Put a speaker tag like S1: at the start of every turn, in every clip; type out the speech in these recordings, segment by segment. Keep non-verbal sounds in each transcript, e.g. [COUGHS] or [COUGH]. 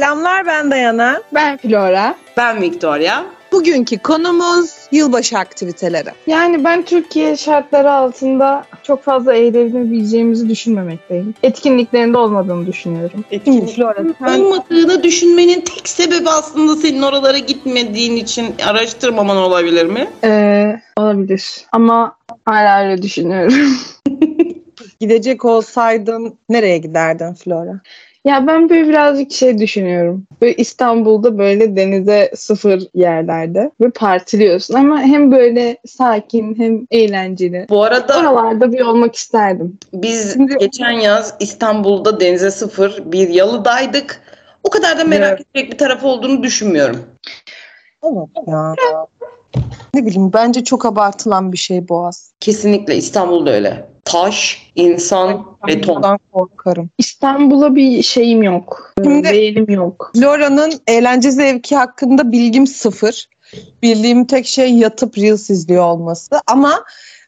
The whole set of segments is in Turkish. S1: Selamlar ben Dayana.
S2: Ben Flora.
S3: Ben Victoria.
S1: Bugünkü konumuz yılbaşı aktiviteleri.
S2: Yani ben Türkiye şartları altında çok fazla eğlenebileceğimizi düşünmemekteyim. Etkinliklerinde olmadığını düşünüyorum.
S3: Olmadığını düşünmenin tek sebebi aslında senin oralara gitmediğin için araştırmaman olabilir mi?
S2: Ee, olabilir. Ama hala öyle düşünüyorum. [LAUGHS]
S1: Gidecek olsaydın nereye giderdin Flora?
S2: ya ben böyle birazcık şey düşünüyorum. Böyle İstanbul'da böyle denize sıfır yerlerde. Böyle partiliyorsun ama hem böyle sakin hem eğlenceli.
S3: Bu arada
S2: Oralarda bir olmak isterdim.
S3: biz geçen yaz İstanbul'da denize sıfır bir yalıdaydık. O kadar da merak edecek bir taraf olduğunu düşünmüyorum.
S1: Evet ya. Ne bileyim bence çok abartılan bir şey Boğaz.
S3: Kesinlikle İstanbul'da öyle. Taş, insan, beton.
S1: Ondan korkarım.
S2: İstanbul'a bir şeyim yok. Ee,
S1: Şimdi-
S2: Değilim yok.
S1: Flora'nın eğlence zevki hakkında bilgim sıfır. Bildiğim tek şey yatıp Reels izliyor olması. Ama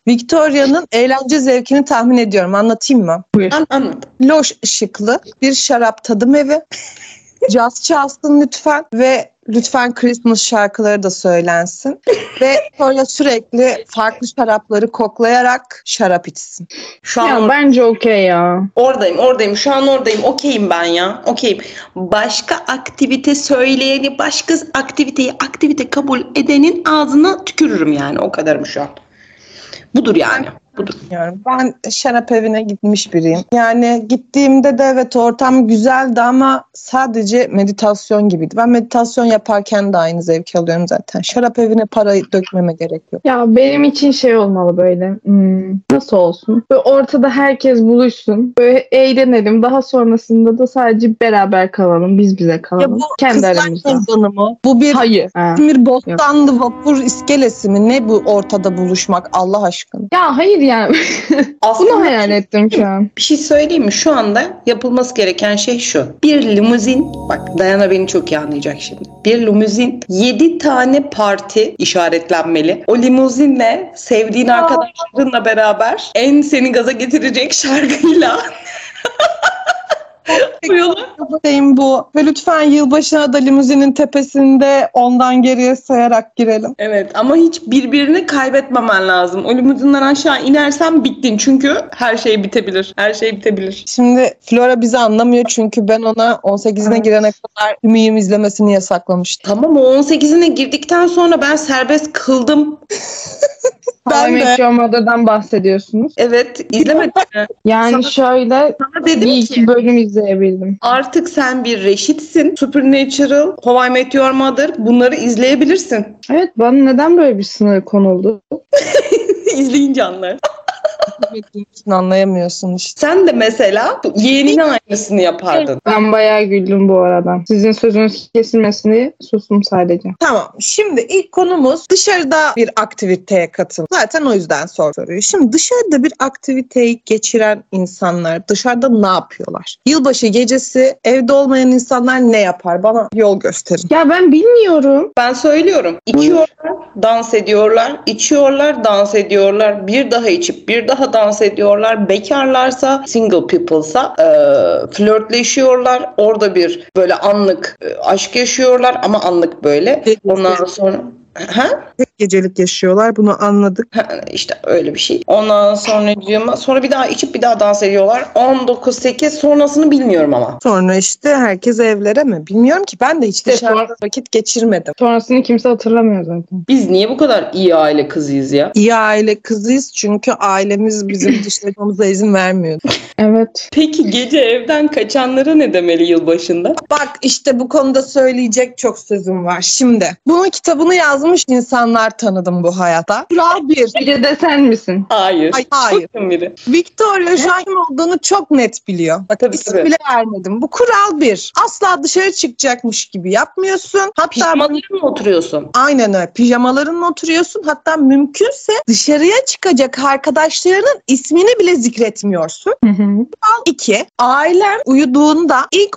S1: Victoria'nın eğlence zevkini tahmin ediyorum. Anlatayım mı?
S3: An- anlat.
S1: loş ışıklı bir şarap tadım evi. [LAUGHS] Caz çalsın lütfen ve lütfen Christmas şarkıları da söylensin. ve sonra sürekli farklı şarapları koklayarak şarap içsin.
S3: Şu an
S2: Ya bence okey ya.
S3: Oradayım, oradayım. Şu an oradayım. Okeyim ben ya. Okeyim. Başka aktivite söyleyeni, başka aktiviteyi aktivite kabul edenin ağzına tükürürüm yani. O kadarım şu an. Budur yani. Budur.
S1: Bilmiyorum. Ben şarap evine gitmiş biriyim. Yani gittiğimde de evet ortam güzeldi ama sadece meditasyon gibiydi. Ben meditasyon yaparken de aynı zevki alıyorum zaten. Şarap evine parayı dökmeme gerek yok.
S2: Ya benim için şey olmalı böyle. hmm, nasıl olsun? Böyle ortada herkes buluşsun. Böyle eğlenelim. Daha sonrasında da sadece beraber kalalım. Biz bize kalalım. Kendi
S1: Kızlar
S2: aramızda.
S1: meydanı mı? Bu bir
S2: Hayır. Ha.
S1: İzmir Bostanlı vapur iskelesi mi? Ne bu ortada buluşmak Allah aşkına?
S2: Ya hayır yani. [LAUGHS] Bunu
S3: Aslında
S2: hayal ettim şu an.
S3: bir şey söyleyeyim mi? Şu anda yapılması gereken şey şu. Bir limuzin, bak Dayana beni çok iyi anlayacak şimdi. Bir limuzin 7 tane parti işaretlenmeli. O limuzinle sevdiğin arkadaşlarınla beraber en seni gaza getirecek şarkıyla [LAUGHS] bu yolu
S1: Şeyim bu. Ve lütfen yılbaşına da limuzinin tepesinde ondan geriye sayarak girelim.
S3: Evet ama hiç birbirini kaybetmemen lazım. O limuzinden aşağı inersen bittin çünkü her şey bitebilir. Her şey bitebilir.
S1: Şimdi Flora bizi anlamıyor çünkü ben ona 18'ine
S2: Evet.
S1: girene kadar Ümi'yim izlemesini yasaklamıştım.
S3: Tamam o 18'ine girdikten sonra ben serbest kıldım.
S1: Ben
S2: Ben
S1: de.
S2: Met Your Mother'dan bahsediyorsunuz.
S3: Evet izlemedim.
S2: Yani şöyle
S3: Sana
S2: bir
S3: dedim ki
S2: iki bölüm izleyebildim.
S3: artık sen bir reşitsin. Supernatural, How I Met Your Mother bunları izleyebilirsin. [LAUGHS]
S2: Evet bana neden böyle bir sınır konuldu?
S3: İzleyince anlar.
S1: Bilmediğin için anlayamıyorsun işte.
S3: Sen de mesela bu yeğenine aynısını yapardın.
S2: Ben bayağı güldüm bu arada. Sizin sözünüz kesilmesini sustum sadece.
S1: Tamam. Şimdi ilk konumuz dışarıda bir aktiviteye katıl. Zaten o yüzden sor soruyu. Şimdi dışarıda bir aktiviteyi geçiren insanlar dışarıda ne yapıyorlar? Yılbaşı gecesi evde olmayan insanlar ne yapar? Bana yol gösterin.
S2: Ya ben bilmiyorum.
S3: Ben söylüyorum. İçiyorlar, dans ediyorlar. içiyorlar, dans ediyorlar. Bir daha içip bir daha dans ediyorlar. Bekarlarsa, single people'sa eee, flörtleşiyorlar. Orada bir böyle anlık e, aşk yaşıyorlar ama anlık böyle.
S1: Tek
S3: Ondan sonra ha?
S1: Tek gecelik yaşıyorlar. Bunu anladık.
S3: Ha, işte öyle bir şey. Ondan sonra sonra bir daha içip bir daha dans ediyorlar. 19-8 sonrasını bilmiyorum ama.
S1: Sonra işte herkes evlere mi? Bilmiyorum ki. Ben de hiç dışarıda vakit geçirmedim.
S2: Sonrasını kimse hatırlamıyor zaten.
S3: Biz niye bu kadar iyi aile kızıyız ya?
S1: İyi aile kızıyız çünkü ailemiz bizim dışarıda izin vermiyor.
S2: Evet.
S3: Peki gece evden kaçanlara ne demeli yılbaşında?
S1: Bak işte bu konuda söyleyecek çok sözüm var. Şimdi bunun kitabını yazmış insanlar tanıdım bu hayata. Kural bir.
S2: Gece de sen misin?
S3: Hayır.
S1: Hayır, hayır.
S3: Bakın biri.
S1: Victoria şu an kim olduğunu çok net biliyor. Bak
S3: Tabii,
S1: isim
S3: tabii.
S1: bile vermedim. Bu kural bir. Asla dışarı çıkacakmış gibi yapmıyorsun. Hatta
S3: Pijamalarla mı oturuyorsun?
S1: Aynen öyle. Pijamalarınla oturuyorsun. Hatta mümkünse dışarıya çıkacak arkadaşlarının ismini bile zikretmiyorsun.
S2: Hı hı.
S1: İki, ailen uyuduğunda ilk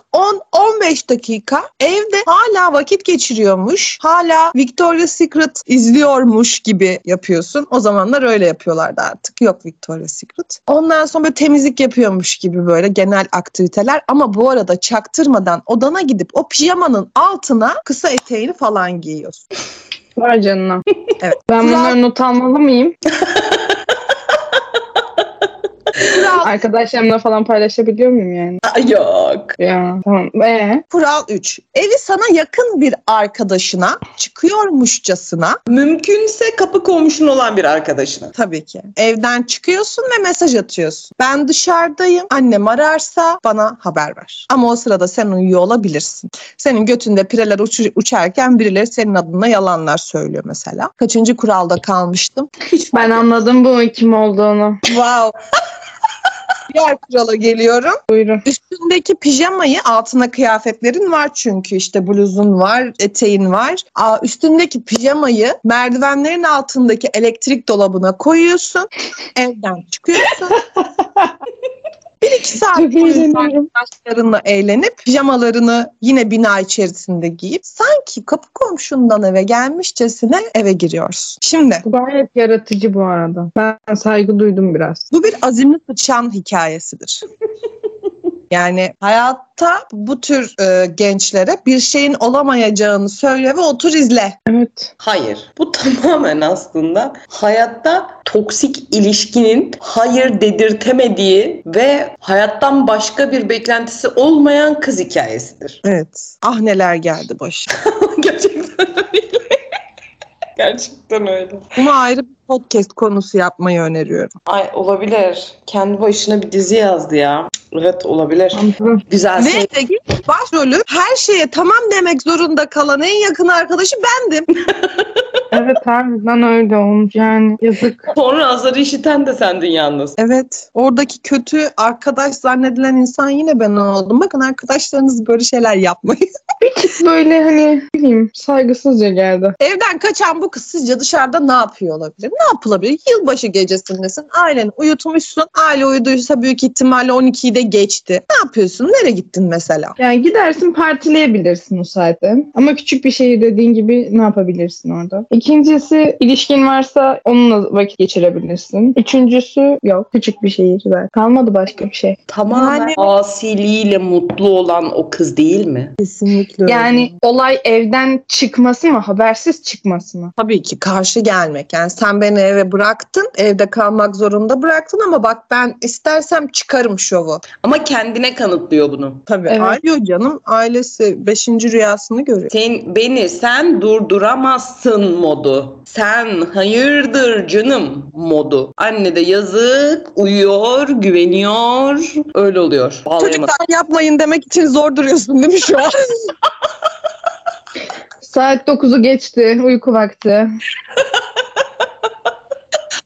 S1: 10-15 dakika evde hala vakit geçiriyormuş. Hala Victoria's Secret geliyormuş gibi yapıyorsun. O zamanlar öyle yapıyorlardı artık. Yok Victoria's Secret. Ondan sonra böyle temizlik yapıyormuş gibi böyle genel aktiviteler. Ama bu arada çaktırmadan odana gidip o pijamanın altına kısa eteğini falan giyiyorsun.
S2: Var canına.
S1: Evet.
S2: Ben
S1: Kural-
S2: bunları not almalı mıyım?
S1: Kural,
S2: Arkadaşlarımla falan paylaşabiliyor muyum yani?
S3: Aa, Yok.
S2: Ya tamam. Ee,
S1: kural 3. Evi sana yakın bir arkadaşına çıkıyormuşçasına
S3: Mümkünse kapı komşun olan bir arkadaşına.
S1: Tabii ki. Evden çıkıyorsun ve mesaj atıyorsun. Ben dışarıdayım. Annem ararsa bana haber ver. Ama o sırada sen uyuyor olabilirsin. Senin götünde pireler uçu- uçarken birileri senin adına yalanlar söylüyor mesela. Kaçıncı kuralda kalmıştım? Hiç
S2: ben anladım bunun kim olduğunu.
S1: Wow. [LAUGHS] Diğer kurala geliyorum.
S2: Buyurun.
S1: Üstündeki pijamayı altına kıyafetlerin var çünkü işte bluzun var, eteğin var. Aa, üstündeki pijamayı merdivenlerin altındaki elektrik dolabına koyuyorsun. Evden çıkıyorsun. Bir iki saat
S2: Çok
S1: boyunca
S2: eğleniyorum.
S1: arkadaşlarınla eğlenip pijamalarını yine bina içerisinde giyip sanki kapı komşundan eve gelmişçesine eve giriyorsun. Şimdi
S2: Bu Gayet yaratıcı bu arada. Ben saygı duydum biraz.
S1: bu bir azimli sıçan hikayesidir. Yani hayatta bu tür e, gençlere bir şeyin olamayacağını söyle ve otur izle.
S2: Evet.
S3: Hayır. Bu [LAUGHS] tamamen aslında hayatta toksik ilişkinin hayır dedirtemediği ve hayattan başka bir beklentisi olmayan kız hikayesidir. [LAUGHS]
S1: Evet. Ah neler geldi başa.
S3: Gerçekten öyle. [LAUGHS] Gerçekten öyle.
S1: Buna ayrı bir podcast konusu yapmayı öneriyorum.
S3: Ay olabilir. Kendi başına bir dizi yazdı ya. Evet olabilir.
S2: Anladım.
S3: Güzel şey.
S1: Ve başrolü her şeye tamam demek zorunda kalan en yakın arkadaşı bendim.
S2: Evet harbiden öyle olmuş yani. Yazık.
S3: Sonra azarı işiten de sendin yalnız.
S1: Evet. Oradaki kötü arkadaş zannedilen insan yine ben oldum. Bakın arkadaşlarınız böyle şeyler yapmayın.
S2: Böyle hani ne bileyim saygısızca geldi.
S1: Evden kaçan bu kız sizce dışarıda ne yapıyor olabilir? Ne yapılabilir? Yılbaşı gecesindesin. Aileni uyutmuşsun. Aile uyuduysa büyük ihtimalle 12'yi de geçti. Ne yapıyorsun? Nereye gittin mesela?
S2: Yani gidersin partileyebilirsin o saatte. Ama küçük bir şehir dediğin gibi ne yapabilirsin orada? İkincisi ilişkin varsa onunla vakit geçirebilirsin. Üçüncüsü yok küçük bir şehir zaten. Kalmadı başka bir şey.
S3: Tamamen
S1: Yani-
S3: asiliyle mutlu olan o kız değil mi?
S1: Kesinlikle
S2: Yani olay evden çıkması mı habersiz çıkması mı?
S1: Tabii ki karşı gelmek. Yani sen beni eve bıraktın, evde kalmak zorunda bıraktın ama bak ben istersem çıkarım şovu.
S3: Ama kendine kanıtlıyor bunu.
S1: Tabii
S2: Evet.
S1: arıyor canım. Ailesi 5. rüyasını görüyor.
S3: Sen, beni sen durduramazsın modu. Sen hayırdır canım modu. Anne de yazık, uyuyor, güveniyor. Öyle oluyor. Bağlayamadım.
S1: Çocuklar yapmayın demek için zor duruyorsun değil mi şu an?
S2: Saat 9'u geçti uyku vakti.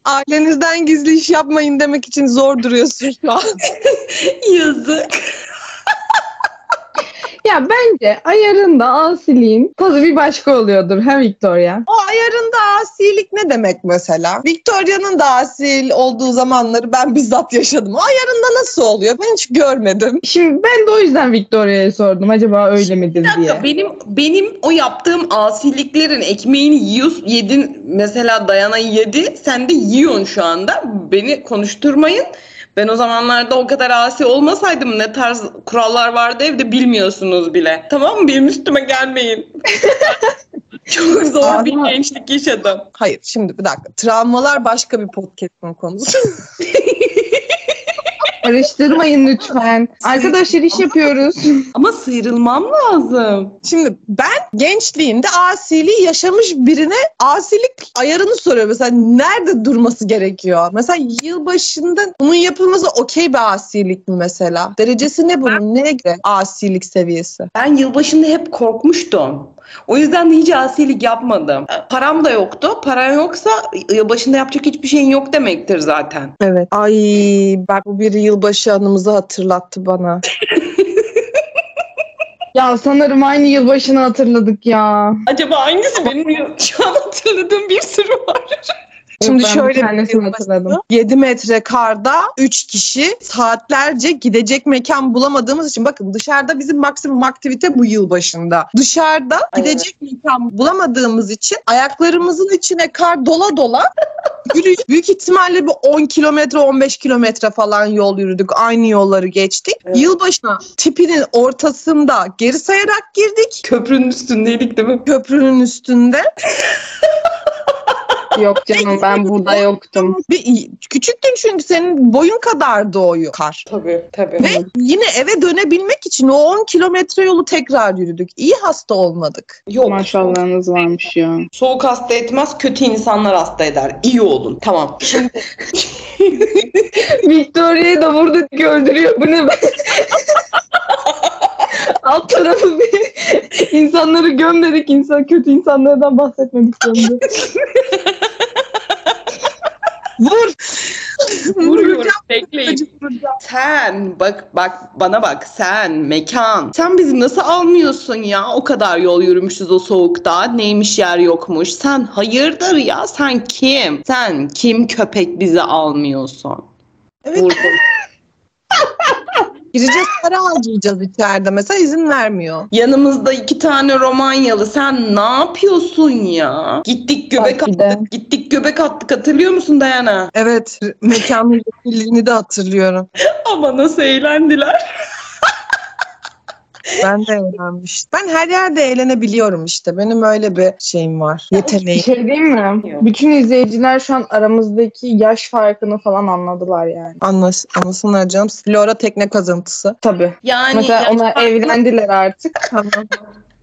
S1: Ailenizden gizli iş yapmayın demek için zor duruyorsun şu an.
S3: Yazık.
S2: [LAUGHS] Ya bence ayarında asiliğin tadı bir başka oluyordur ha Victoria.
S1: O ayarında asilik ne demek mesela? Victoria'nın da asil olduğu zamanları ben [LAUGHS] bizzat yaşadım. O ayarında nasıl oluyor? Ben hiç görmedim.
S2: Şimdi ben de o yüzden Victoria'ya sordum acaba öyle midir diye.
S3: Ya benim benim o yaptığım asiliklerin ekmeğini yiyorsun, yedin mesela Dayana yedi. Sen de yiyorsun şu anda. Beni konuşturmayın. Ben o zamanlarda o kadar asi olmasaydım ne tarz kurallar vardı evde bilmiyorsunuz bile. Tamam mı? Benim üstüme gelmeyin. Çok zor bir
S2: Ama-
S3: gençlik yaşadım.
S1: Hayır şimdi bir dakika. Travmalar başka bir podcast'ın konusu. [LAUGHS]
S2: Karıştırmayın lütfen. Arkadaşlar iş yapıyoruz.
S3: Ama sıyrılmam lazım.
S1: Şimdi ben gençliğimde asiliği yaşamış birine asilik ayarını soruyorum. Mesela nerede durması gerekiyor? Mesela yılbaşında bunun yapılması okey bir asilik mi mesela? Derecesi ne bunun? Neye göre asilik seviyesi?
S3: Ben yılbaşında hep korkmuştum. O yüzden de hiç asilik yapmadım. Param da yoktu. Paran yoksa yılbaşında yapacak hiçbir şeyin yok demektir zaten.
S1: Evet. Ay bak bu bir yılbaşı anımızı hatırlattı bana.
S2: Ya sanırım aynı yılbaşını hatırladık ya.
S3: [LAUGHS] Acaba hangisi benim yıl- şu an hatırladığım bir sürü var.
S1: Şimdi
S2: ben bir
S1: şöyle
S2: tanesini
S1: yılbaşı-
S2: hatırladım.
S1: 7 metre karda 3 kişi saatlerce gidecek mekan bulamadığımız için bakın dışarıda bizim maksimum aktivite bu yıl başında. Dışarıda
S3: Aynen.
S1: gidecek mekan bulamadığımız için ayaklarımızın içine kar dola dola [LAUGHS] yürüyüş büyük ihtimalle bir 10 kilometre 15 kilometre falan yol yürüdük. Aynı yolları geçtik.
S3: Evet.
S1: Yılbaşına tipinin ortasında geri sayarak girdik.
S3: Köprünün üstündeydik değil mi?
S1: Köprünün üstünde
S2: Yok canım ben burada yoktum.
S1: bir küçüktün çünkü senin boyun kadardı o kar.
S3: Tabii tabii.
S1: Ve yine eve dönebilmek için o 10 kilometre yolu tekrar yürüdük. İyi hasta olmadık.
S3: Yok.
S2: Maşallahınız varmış ya.
S3: Soğuk hasta etmez, kötü insanlar hasta eder. İyi olun. Tamam.
S2: Victoria'yı da vurdu öldürüyor. Bu ne be? [LAUGHS] Alt tarafı bir insanları gömmedik. insan kötü insanlardan bahsetmedik sonunda.
S1: Vur!
S3: Vuruyorum.
S1: Vuracağım,
S3: Bekleyin.
S1: acı vuracağım.
S3: Sen bak bak bana bak sen mekan. Sen bizi nasıl almıyorsun ya? O kadar yol yürümüşüz o soğukta. Neymiş yer yokmuş. Sen hayırdır ya? Sen kim? Sen kim köpek bizi almıyorsun?
S1: Evet. Gireceğiz para harcayacağız içeride mesela izin vermiyor.
S3: Yanımızda iki tane Romanyalı. Sen ne yapıyorsun ya? Gittik göbek
S2: Bak bir de.
S3: attık. Gittik göbek attık. Hatırlıyor musun Dayana?
S1: Evet mekanın rezilliğini de hatırlıyorum.
S3: Ama nasıl eğlendiler.
S1: Ben de eğlenmiştim. Ben her yerde eğlenebiliyorum işte. Benim öyle bir şeyim var.
S2: Bir
S1: Yeteneğim.
S2: şey diyeyim mi? Bütün izleyiciler şu an aramızdaki yaş farkını falan anladılar yani.
S1: Anlas anlasınlar canım. Flora tekne kazıntısı.
S2: Tabii.
S3: Yani
S2: Mesela
S3: ya-
S2: onlar evlendiler artık.
S1: Tamam.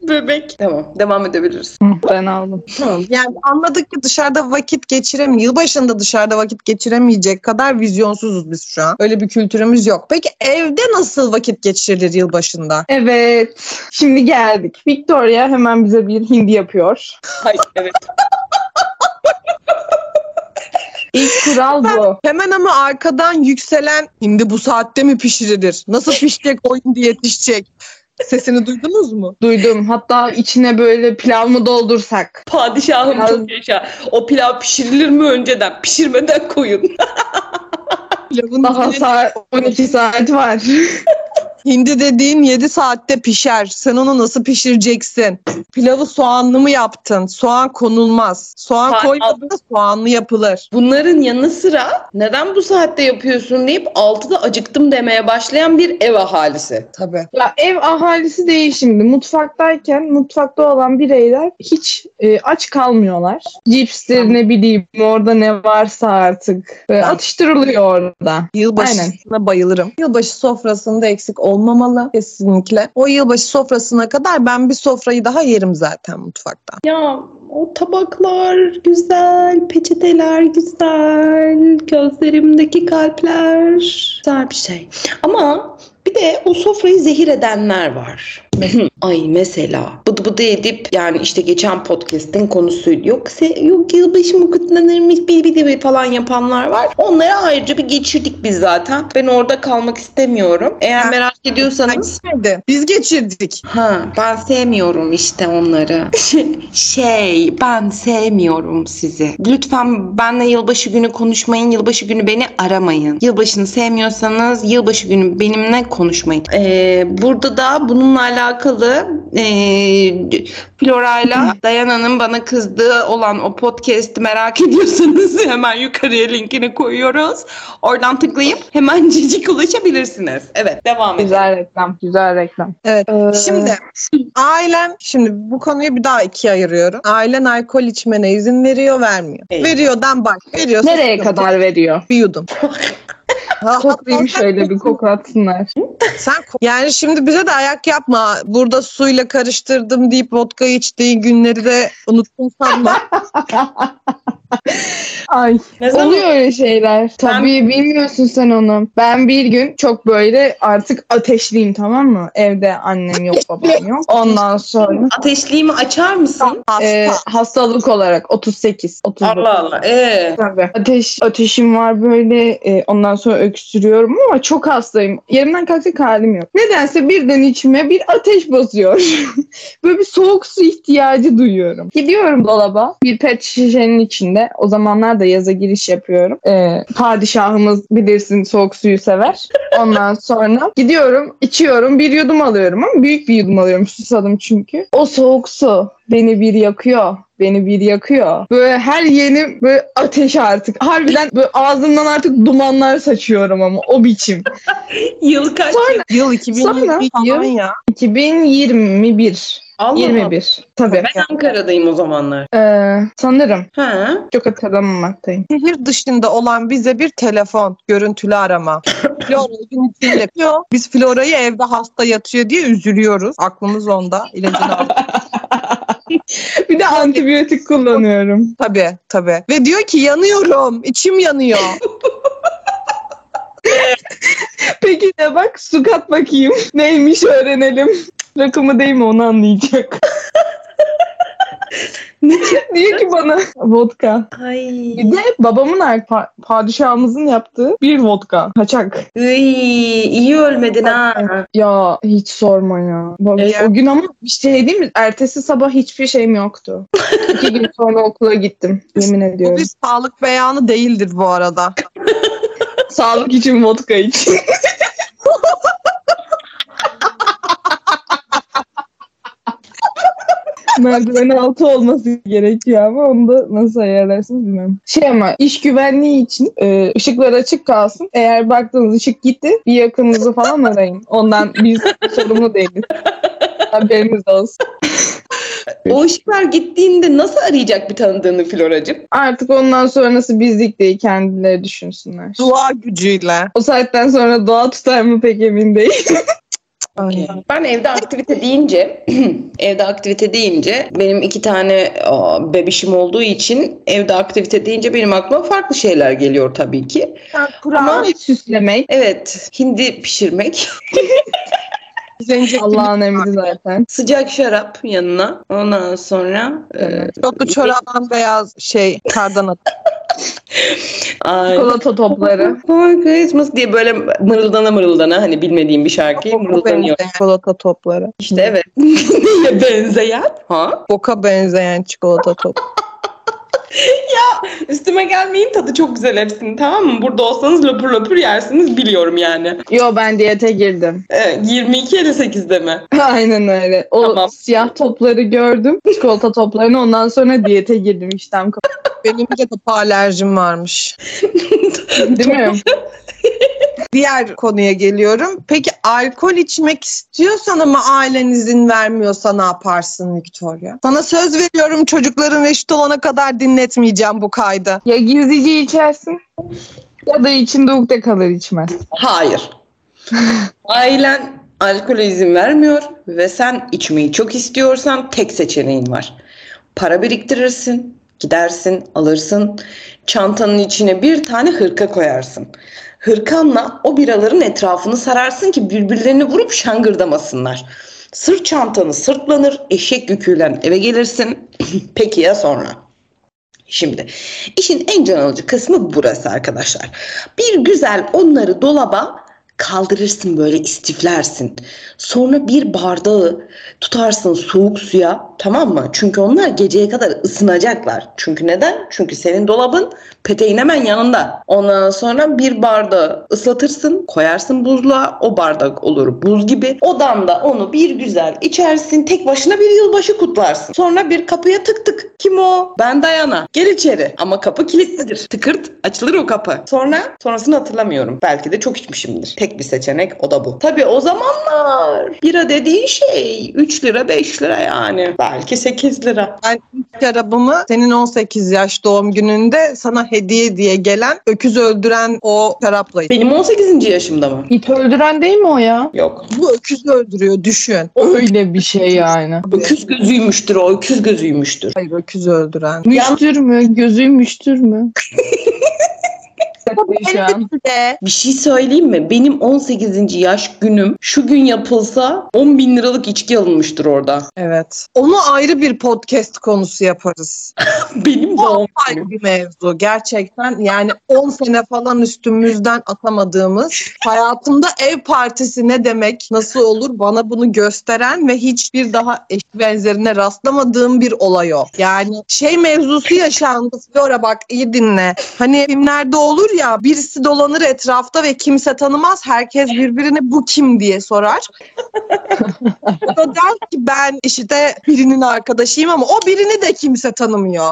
S3: bebek. Tamam devam edebiliriz.
S2: Hı, ben aldım.
S1: Tamam. Yani anladık ki dışarıda vakit geçiremeyeceğiz. Yılbaşında dışarıda vakit geçiremeyecek kadar vizyonsuzuz biz şu an. Öyle bir kültürümüz yok. Peki evde nasıl vakit geçirilir yılbaşında?
S2: Evet. Şimdi geldik. Victoria hemen bize bir hindi yapıyor.
S3: Hayır evet.
S2: İlk kural [LAUGHS] bu.
S1: Hemen ama arkadan yükselen şimdi bu saatte mi pişirilir? Nasıl pişecek o hindi yetişecek? Sesini duydunuz mu?
S2: Duydum. Hatta içine böyle pilav mı doldursak?
S3: Padişahım çok yaşa. O pilav pişirilir mi önceden? Pişirmeden koyun. [LAUGHS]
S1: Pilavın
S2: Daha
S1: içine-
S2: saat 12 saat [LAUGHS] var.
S1: Hindi dediğin 7 saatte pişer. Sen onu nasıl pişireceksin? Pilavı soğanlı mı yaptın? Soğan konulmaz. Soğan
S3: Soğan
S1: koymadın da soğanlı yapılır.
S3: Bunların yanı sıra neden bu saatte yapıyorsun deyip altıda acıktım demeye başlayan bir ev ahalisi.
S1: Tabii.
S2: ya ev ahalisi değil şimdi. Mutfaktayken mutfakta olan bireyler hiç e, aç kalmıyorlar. Cipstir ne bileyim orada ne varsa artık. Böyle
S1: Ben-
S2: atıştırılıyor orada.
S1: Yılbaşına bayılırım. Yılbaşı sofrasında eksik olmamalı kesinlikle. O yılbaşı sofrasına kadar ben bir sofrayı daha yerim zaten mutfakta.
S3: Ya o tabaklar güzel, peçeteler güzel, gözlerimdeki kalpler güzel bir şey. Ama bir de o sofrayı zehir edenler var. [LAUGHS] Ay mesela bıdı bıdı edip yani işte geçen podcast'in konusuydu. Yok, se- yok yılbaşı mı kutlanırmış bir bir bir falan yapanlar var. Onlara ayrıca bir geçirdik biz zaten. Ben orada kalmak istemiyorum. Eğer
S1: Ha.
S3: merak ediyorsanız
S1: Geçmedi. Hani Biz geçirdik.
S3: Ha, ben sevmiyorum işte onları. [LAUGHS] şey, ben sevmiyorum sizi. Lütfen benle yılbaşı günü konuşmayın. Yılbaşı günü beni aramayın. Yılbaşını sevmiyorsanız yılbaşı günü benimle konuşmayın. Ee, burada da bununla alakalı ee, Flora'yla Dayana'nın bana kızdığı olan o podcast'i merak [LAUGHS] ediyorsanız hemen yukarıya linkini koyuyoruz. Oradan tıklayıp hemen [LAUGHS] cicik ulaşabilirsiniz. Evet, devam edelim.
S2: Güzel reklam, güzel reklam.
S1: Evet.
S2: Ee,
S1: Şimdi ailen, şimdi bu konuyu bir daha ikiye ayırıyorum. Ailen alkol içmene izin veriyor, vermiyor.
S3: Eyvah.
S1: Veriyordan baş. Veriyorsa
S2: nereye
S1: sıkıntı.
S2: kadar veriyor?
S1: Bir
S2: [LAUGHS]
S1: yudum. Ha,
S2: Koklayayım şöyle bir koklatsınlar.
S1: Sen ko- yani şimdi bize de ayak yapma. Burada suyla karıştırdım deyip vodka içtiğin günleri de unuttun sanma.
S2: [LAUGHS] Ay
S3: Ne
S2: Oluyor öyle şeyler. Tabii bilmiyorsun sen onu. Ben bir gün çok böyle artık ateşliyim tamam mı? Evde annem yok babam yok. Ondan sonra
S3: Ateşliğimi açar mısın?
S1: Hasta.
S2: e, hastalık olarak 38 39.
S3: Allah Allah. Ee,
S2: Tabii. Ateş, ateşim var böyle e, ondan sonra öksürüyorum ama çok hastayım. Yerimden kalkacak halim yok. Nedense birden içime bir ateş basıyor. [LAUGHS] Böyle bir soğuk su ihtiyacı duyuyorum. Gidiyorum dolaba. Bir pet şişenin içinde. O zamanlar da yaza giriş yapıyorum. Ee, padişahımız bilirsin soğuk suyu sever. Ondan sonra gidiyorum, içiyorum, bir yudum alıyorum ama büyük bir yudum alıyorum susadım çünkü. O soğuk su beni bir yakıyor beni bir yakıyor. Böyle her yeni böyle ateş artık. Harbiden böyle ağzımdan artık dumanlar saçıyorum ama o biçim.
S3: Yıl kaç?
S2: Sonra
S1: Yıl
S2: Sonra
S1: 2021 falan ya.
S2: 2021.
S3: Allah
S2: 21. Tabii.
S3: Ben Ankara'dayım o zamanlar.
S2: Ee, sanırım.
S3: Ha.
S2: Çok hatırlamamaktayım.
S1: Şehir dışında olan bize bir telefon, görüntülü [COUGHS] arama. Flora gün içinde yapıyor. Biz Flora'yı evde hasta yatıyor diye üzülüyoruz. Aklımız onda. İlacını [COUGHS] aldık.
S2: Bir de antibiyotik kullanıyorum.
S1: Tabii tabii. Ve diyor ki yanıyorum. içim [COUGHS] yanıyor.
S2: Peki de bak su kat bakayım. [LAUGHS] Neymiş öğrenelim. Rakımı değil mi onu anlayacak. Diyor ki bana vodka.
S3: Ay.
S2: Bir de babamın er- pa- padişahımızın yaptığı bir vodka. Kaçak.
S3: Iy, iyi ölmedin ha.
S2: Ya hiç sorma ya. Bak,
S1: Eğer-
S2: O gün ama bir şey değil mi? Ertesi sabah hiçbir şeyim yoktu. İki gün sonra okula gittim. Yemin
S1: Bu
S2: ediyorum.
S1: bir sağlık beyanı değildir bu arada.
S2: Sağlık için vodka için. Merdiven altı olması gerekiyor ama onu da nasıl ayarlarsınız bilmem. Şey ama iş güvenliği için e, ışıklar açık kalsın. Eğer baktığınız ışık gitti bir yakınınızı falan arayın. Ondan biz [LAUGHS] sorumlu değiliz. Haberiniz olsun.
S3: O ışıklar gittiğinde nasıl arayacak bir tanıdığını Floracığım?
S2: Artık ondan sonrası bizlik değil kendileri düşünsünler.
S1: Dua gücüyle.
S2: O saatten sonra doğa tutar mı pek emin değil.
S1: Ay.
S3: Ben evde aktivite deyince [CLEARS THROAT] evde aktivite deyince benim iki tane aa, bebişim olduğu için evde aktivite deyince benim aklıma farklı şeyler geliyor tabii ki.
S2: Ama süslemek
S3: Evet, hindi pişirmek, [LAUGHS]
S1: Zencefil.
S2: Allah'ın emri zaten.
S3: sıcak şarap yanına. Ondan sonra e,
S1: Çok da çoraptan beyaz şey kardan at.
S3: ay,
S2: Çikolata topları.
S3: Merry Christmas diye böyle mırıldana mırıldana hani bilmediğim bir şarkıyı
S1: Boka
S3: mırıldanıyor.
S1: benzeyen çikolata topları.
S3: İşte evet. Neye benzeyen? Ha?
S1: Boka benzeyen çikolata topları.
S3: Üstüme gelmeyin tadı çok güzel hepsini tamam mı? Burada olsanız löpür löpür yersiniz biliyorum yani.
S2: Yo ben diyete girdim. [LAUGHS]
S3: Ee, 22.58'de mi?
S2: Aynen öyle. O
S3: Tamam.
S2: siyah topları gördüm. Çikolata toplarını ondan sonra diyete girdim iştahım kapattı.
S1: Benim de topa alerjim varmış.
S2: Değil mi?
S1: Diğer konuya geliyorum. Peki alkol içmek istiyorsan ama ailen izin vermiyorsa ne yaparsın Victoria? Sana söz veriyorum çocukların eşit olana kadar dinletmeyeceğim bu kaydı.
S2: Ya gizlice içersin ya da içinde ukde kalır içmez.
S3: Hayır. Ailen alkole izin vermiyor ve sen içmeyi çok istiyorsan tek seçeneğin var. Para biriktirirsin, gidersin, alırsın. Çantanın içine bir tane hırka koyarsın. Hırkanla o biraların etrafını sararsın ki birbirlerini vurup şangırdamasınlar. Sırt çantanı sırtlanır, eşek yüküyle eve gelirsin. [LAUGHS] Peki ya sonra? Şimdi işin en can alıcı kısmı burası arkadaşlar. Bir güzel onları dolaba kaldırırsın böyle istiflersin. Sonra bir bardağı tutarsın soğuk suya tamam mı? Çünkü onlar geceye kadar ısınacaklar. Çünkü neden? Çünkü senin dolabın peteğin hemen yanında. Ondan sonra bir bardağı ıslatırsın koyarsın buzluğa o bardak olur buz gibi. Odanda onu bir güzel içersin tek başına bir yılbaşı kutlarsın. Sonra bir kapıya tık tık kim o? Ben Dayana. Gel içeri. Ama kapı kilitlidir. Tıkırt açılır o kapı. Sonra sonrasını hatırlamıyorum. Belki de çok içmişimdir. Tek bir seçenek o da bu. Tabii o zamanlar bira dediğin şey 3 lira 5 lira yani. Belki 8 lira.
S1: şarabımı senin 18 yaş doğum gününde sana hediye diye gelen öküz öldüren o şarapla içtim.
S3: Benim 18. yaşımda mı?
S2: İp öldüren değil mi o ya?
S3: Yok.
S1: Bu öküz öldürüyor düşün.
S2: Öyle bir şey yani.
S3: Öküz gözüymüştür o. Öküz gözüymüştür.
S1: Hayır öküz öldüren.
S2: Müştür mü? Gözü müştür mü? hissettim şu an.
S1: de
S3: Bir şey söyleyeyim mi? Benim 18. yaş günüm şu gün yapılsa 10 bin liralık içki alınmıştır orada. [LAUGHS]
S1: Evet. Onu ayrı bir podcast konusu yaparız.
S3: Benim de
S1: Bu
S3: 10
S1: apayrı bir mevzu. Gerçekten yani 10 sene falan üstümüzden atamadığımız hayatımda ev partisi ne demek, nasıl olur bana bunu gösteren ve hiçbir daha eş benzerine rastlamadığım bir olay o. Yani şey mevzusu yaşandı. Flora bak iyi dinle. Hani filmlerde olur ya birisi dolanır etrafta ve kimse tanımaz. Herkes birbirine bu kim diye sorar. [LAUGHS] O da der ki ben işte birinin arkadaşıyım ama o birini de kimse tanımıyor.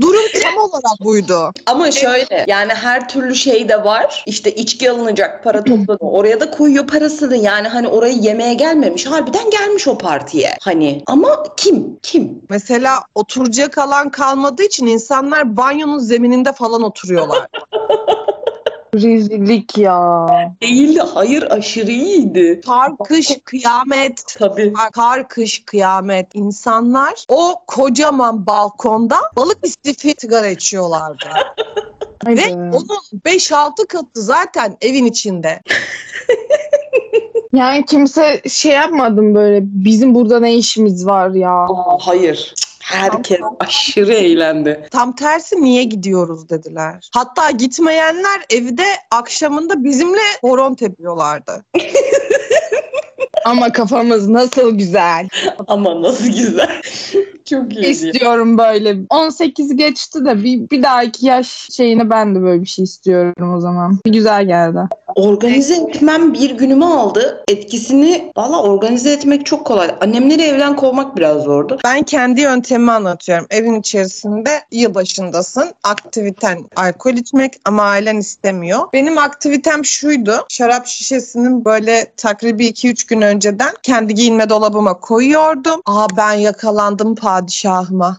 S1: Durum tam olarak buydu.
S3: Ama şöyle yani her türlü şey de var. İşte içki alınacak [CLEARS THROAT] para topladı. Oraya da koyuyor parasını. Yani hani oraya yemeğe gelmemiş. Harbiden gelmiş o partiye. Hani ama kim? Kim?
S1: Mesela oturacak alan kalmadığı için insanlar banyonun zemininde falan oturuyorlar.
S2: Rezillik ya.
S3: Değildi. Hayır aşırı iyiydi.
S1: Kar, kış, kıyamet.
S3: Tabii.
S1: Kar, kış, kıyamet. İnsanlar o kocaman balkonda balık istifi sigara içiyorlardı. Ve
S2: Haydi.
S1: onun 5-6 katı zaten evin içinde.
S2: Yani kimse şey yapmadım böyle bizim burada ne işimiz var ya.
S3: Aa, hayır. Herkes aşırı eğlendi.
S1: Tam tersi niye gidiyoruz dediler. Hatta gitmeyenler evde akşamında bizimle horon tepiyorlardı.
S2: Ama kafamız nasıl güzel.
S3: Ama nasıl güzel. [LAUGHS] Çok iyiydi.
S2: İstiyorum böyle. 18 geçti de bir, bir dahaki yaş şeyine ben de böyle bir şey istiyorum o zaman. Bir güzel geldi.
S3: Organize etmem bir günümü aldı. Etkisini valla organize etmek çok kolay. Annemleri evden kovmak biraz zordu.
S1: Ben kendi yöntemimi anlatıyorum. Evin içerisinde yılbaşındasın. Aktiviten alkol içmek ama ailen istemiyor. Benim aktivitem şuydu. Şarap şişesinin böyle takribi 2-3 gün önceden kendi giyinme dolabıma koyuyordum. Aa ben yakalandım padişahıma.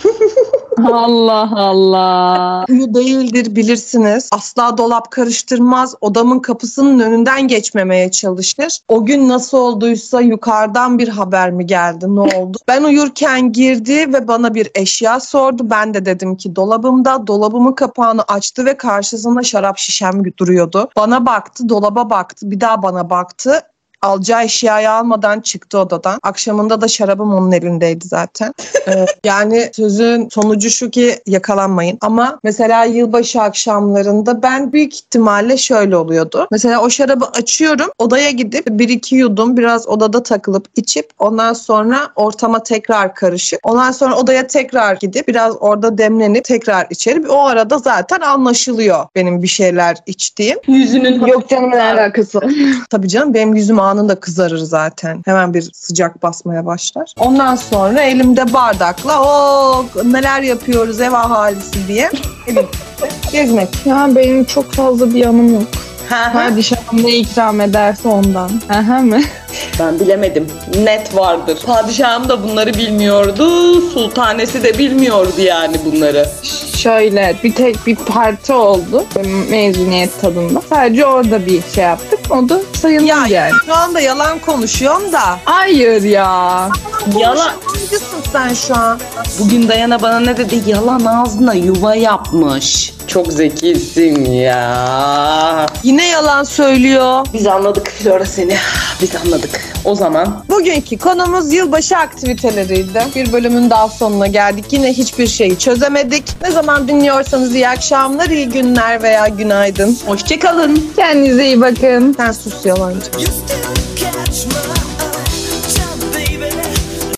S2: Allah Allah.
S1: Huyu değildir bilirsiniz. Asla dolap karıştırmaz. Odamın kapısının önünden geçmemeye çalışır. O gün nasıl olduysa yukarıdan bir haber mi geldi ne oldu? Ben uyurken girdi ve bana bir eşya sordu. Ben de dedim ki dolabımda dolabımın kapağını açtı ve karşısında şarap şişem duruyordu. Bana baktı dolaba baktı bir daha bana baktı. Alacağı eşyayı almadan çıktı odadan. Akşamında da şarabım onun elindeydi zaten. Ee, yani sözün sonucu şu ki yakalanmayın. Ama mesela yılbaşı akşamlarında ben büyük ihtimalle şöyle oluyordu. Mesela o şarabı açıyorum. Odaya gidip bir iki yudum biraz odada takılıp içip ondan sonra ortama tekrar karışıp ondan sonra odaya tekrar gidip biraz orada demlenip tekrar içerim. O arada zaten anlaşılıyor benim bir şeyler içtiğim.
S3: Yüzünün
S2: Yok canım ne alakası.
S1: Tabii canım benim yüzüm anında kızarır zaten. Hemen bir sıcak basmaya başlar. Ondan sonra elimde bardakla o neler yapıyoruz ev ahalisi diye [LAUGHS] evin içinde gezmek.
S2: Ya benim çok fazla bir yanım yok.
S3: Ha, ha.
S2: Padişahım ne ikram ederse ondan. Aha mı?
S3: Ben bilemedim. Net vardır. Padişahım da bunları bilmiyordu. Sultanesi de bilmiyordu yani bunları.
S2: Şöyle bir tek bir parti oldu mezuniyet tadında. Sadece orada bir şey yaptık. O da sayılmaz
S1: Ya,
S2: yani.
S1: Şu anda yalan konuşuyorum da.
S2: Hayır ya.
S3: Yalan.
S1: Konuşmacısın sen şu an.
S3: Bugün Dayana bana ne dedi? Yalan ağzına yuva yapmış. Çok zekisin ya.
S1: Yine yalan söylüyor.
S3: Biz anladık Flora seni. Biz anladık. O zaman
S1: Bugünkü konumuz yılbaşı aktiviteleriydi. Bir bölümün daha sonuna geldik. Yine hiçbir şeyi çözemedik. Ne zaman dinliyorsanız iyi akşamlar, iyi günler veya günaydın.
S3: hoşçakalın.
S2: Kendinize iyi bakın.
S1: Sen sus yalancı.
S4: You still catch my eye.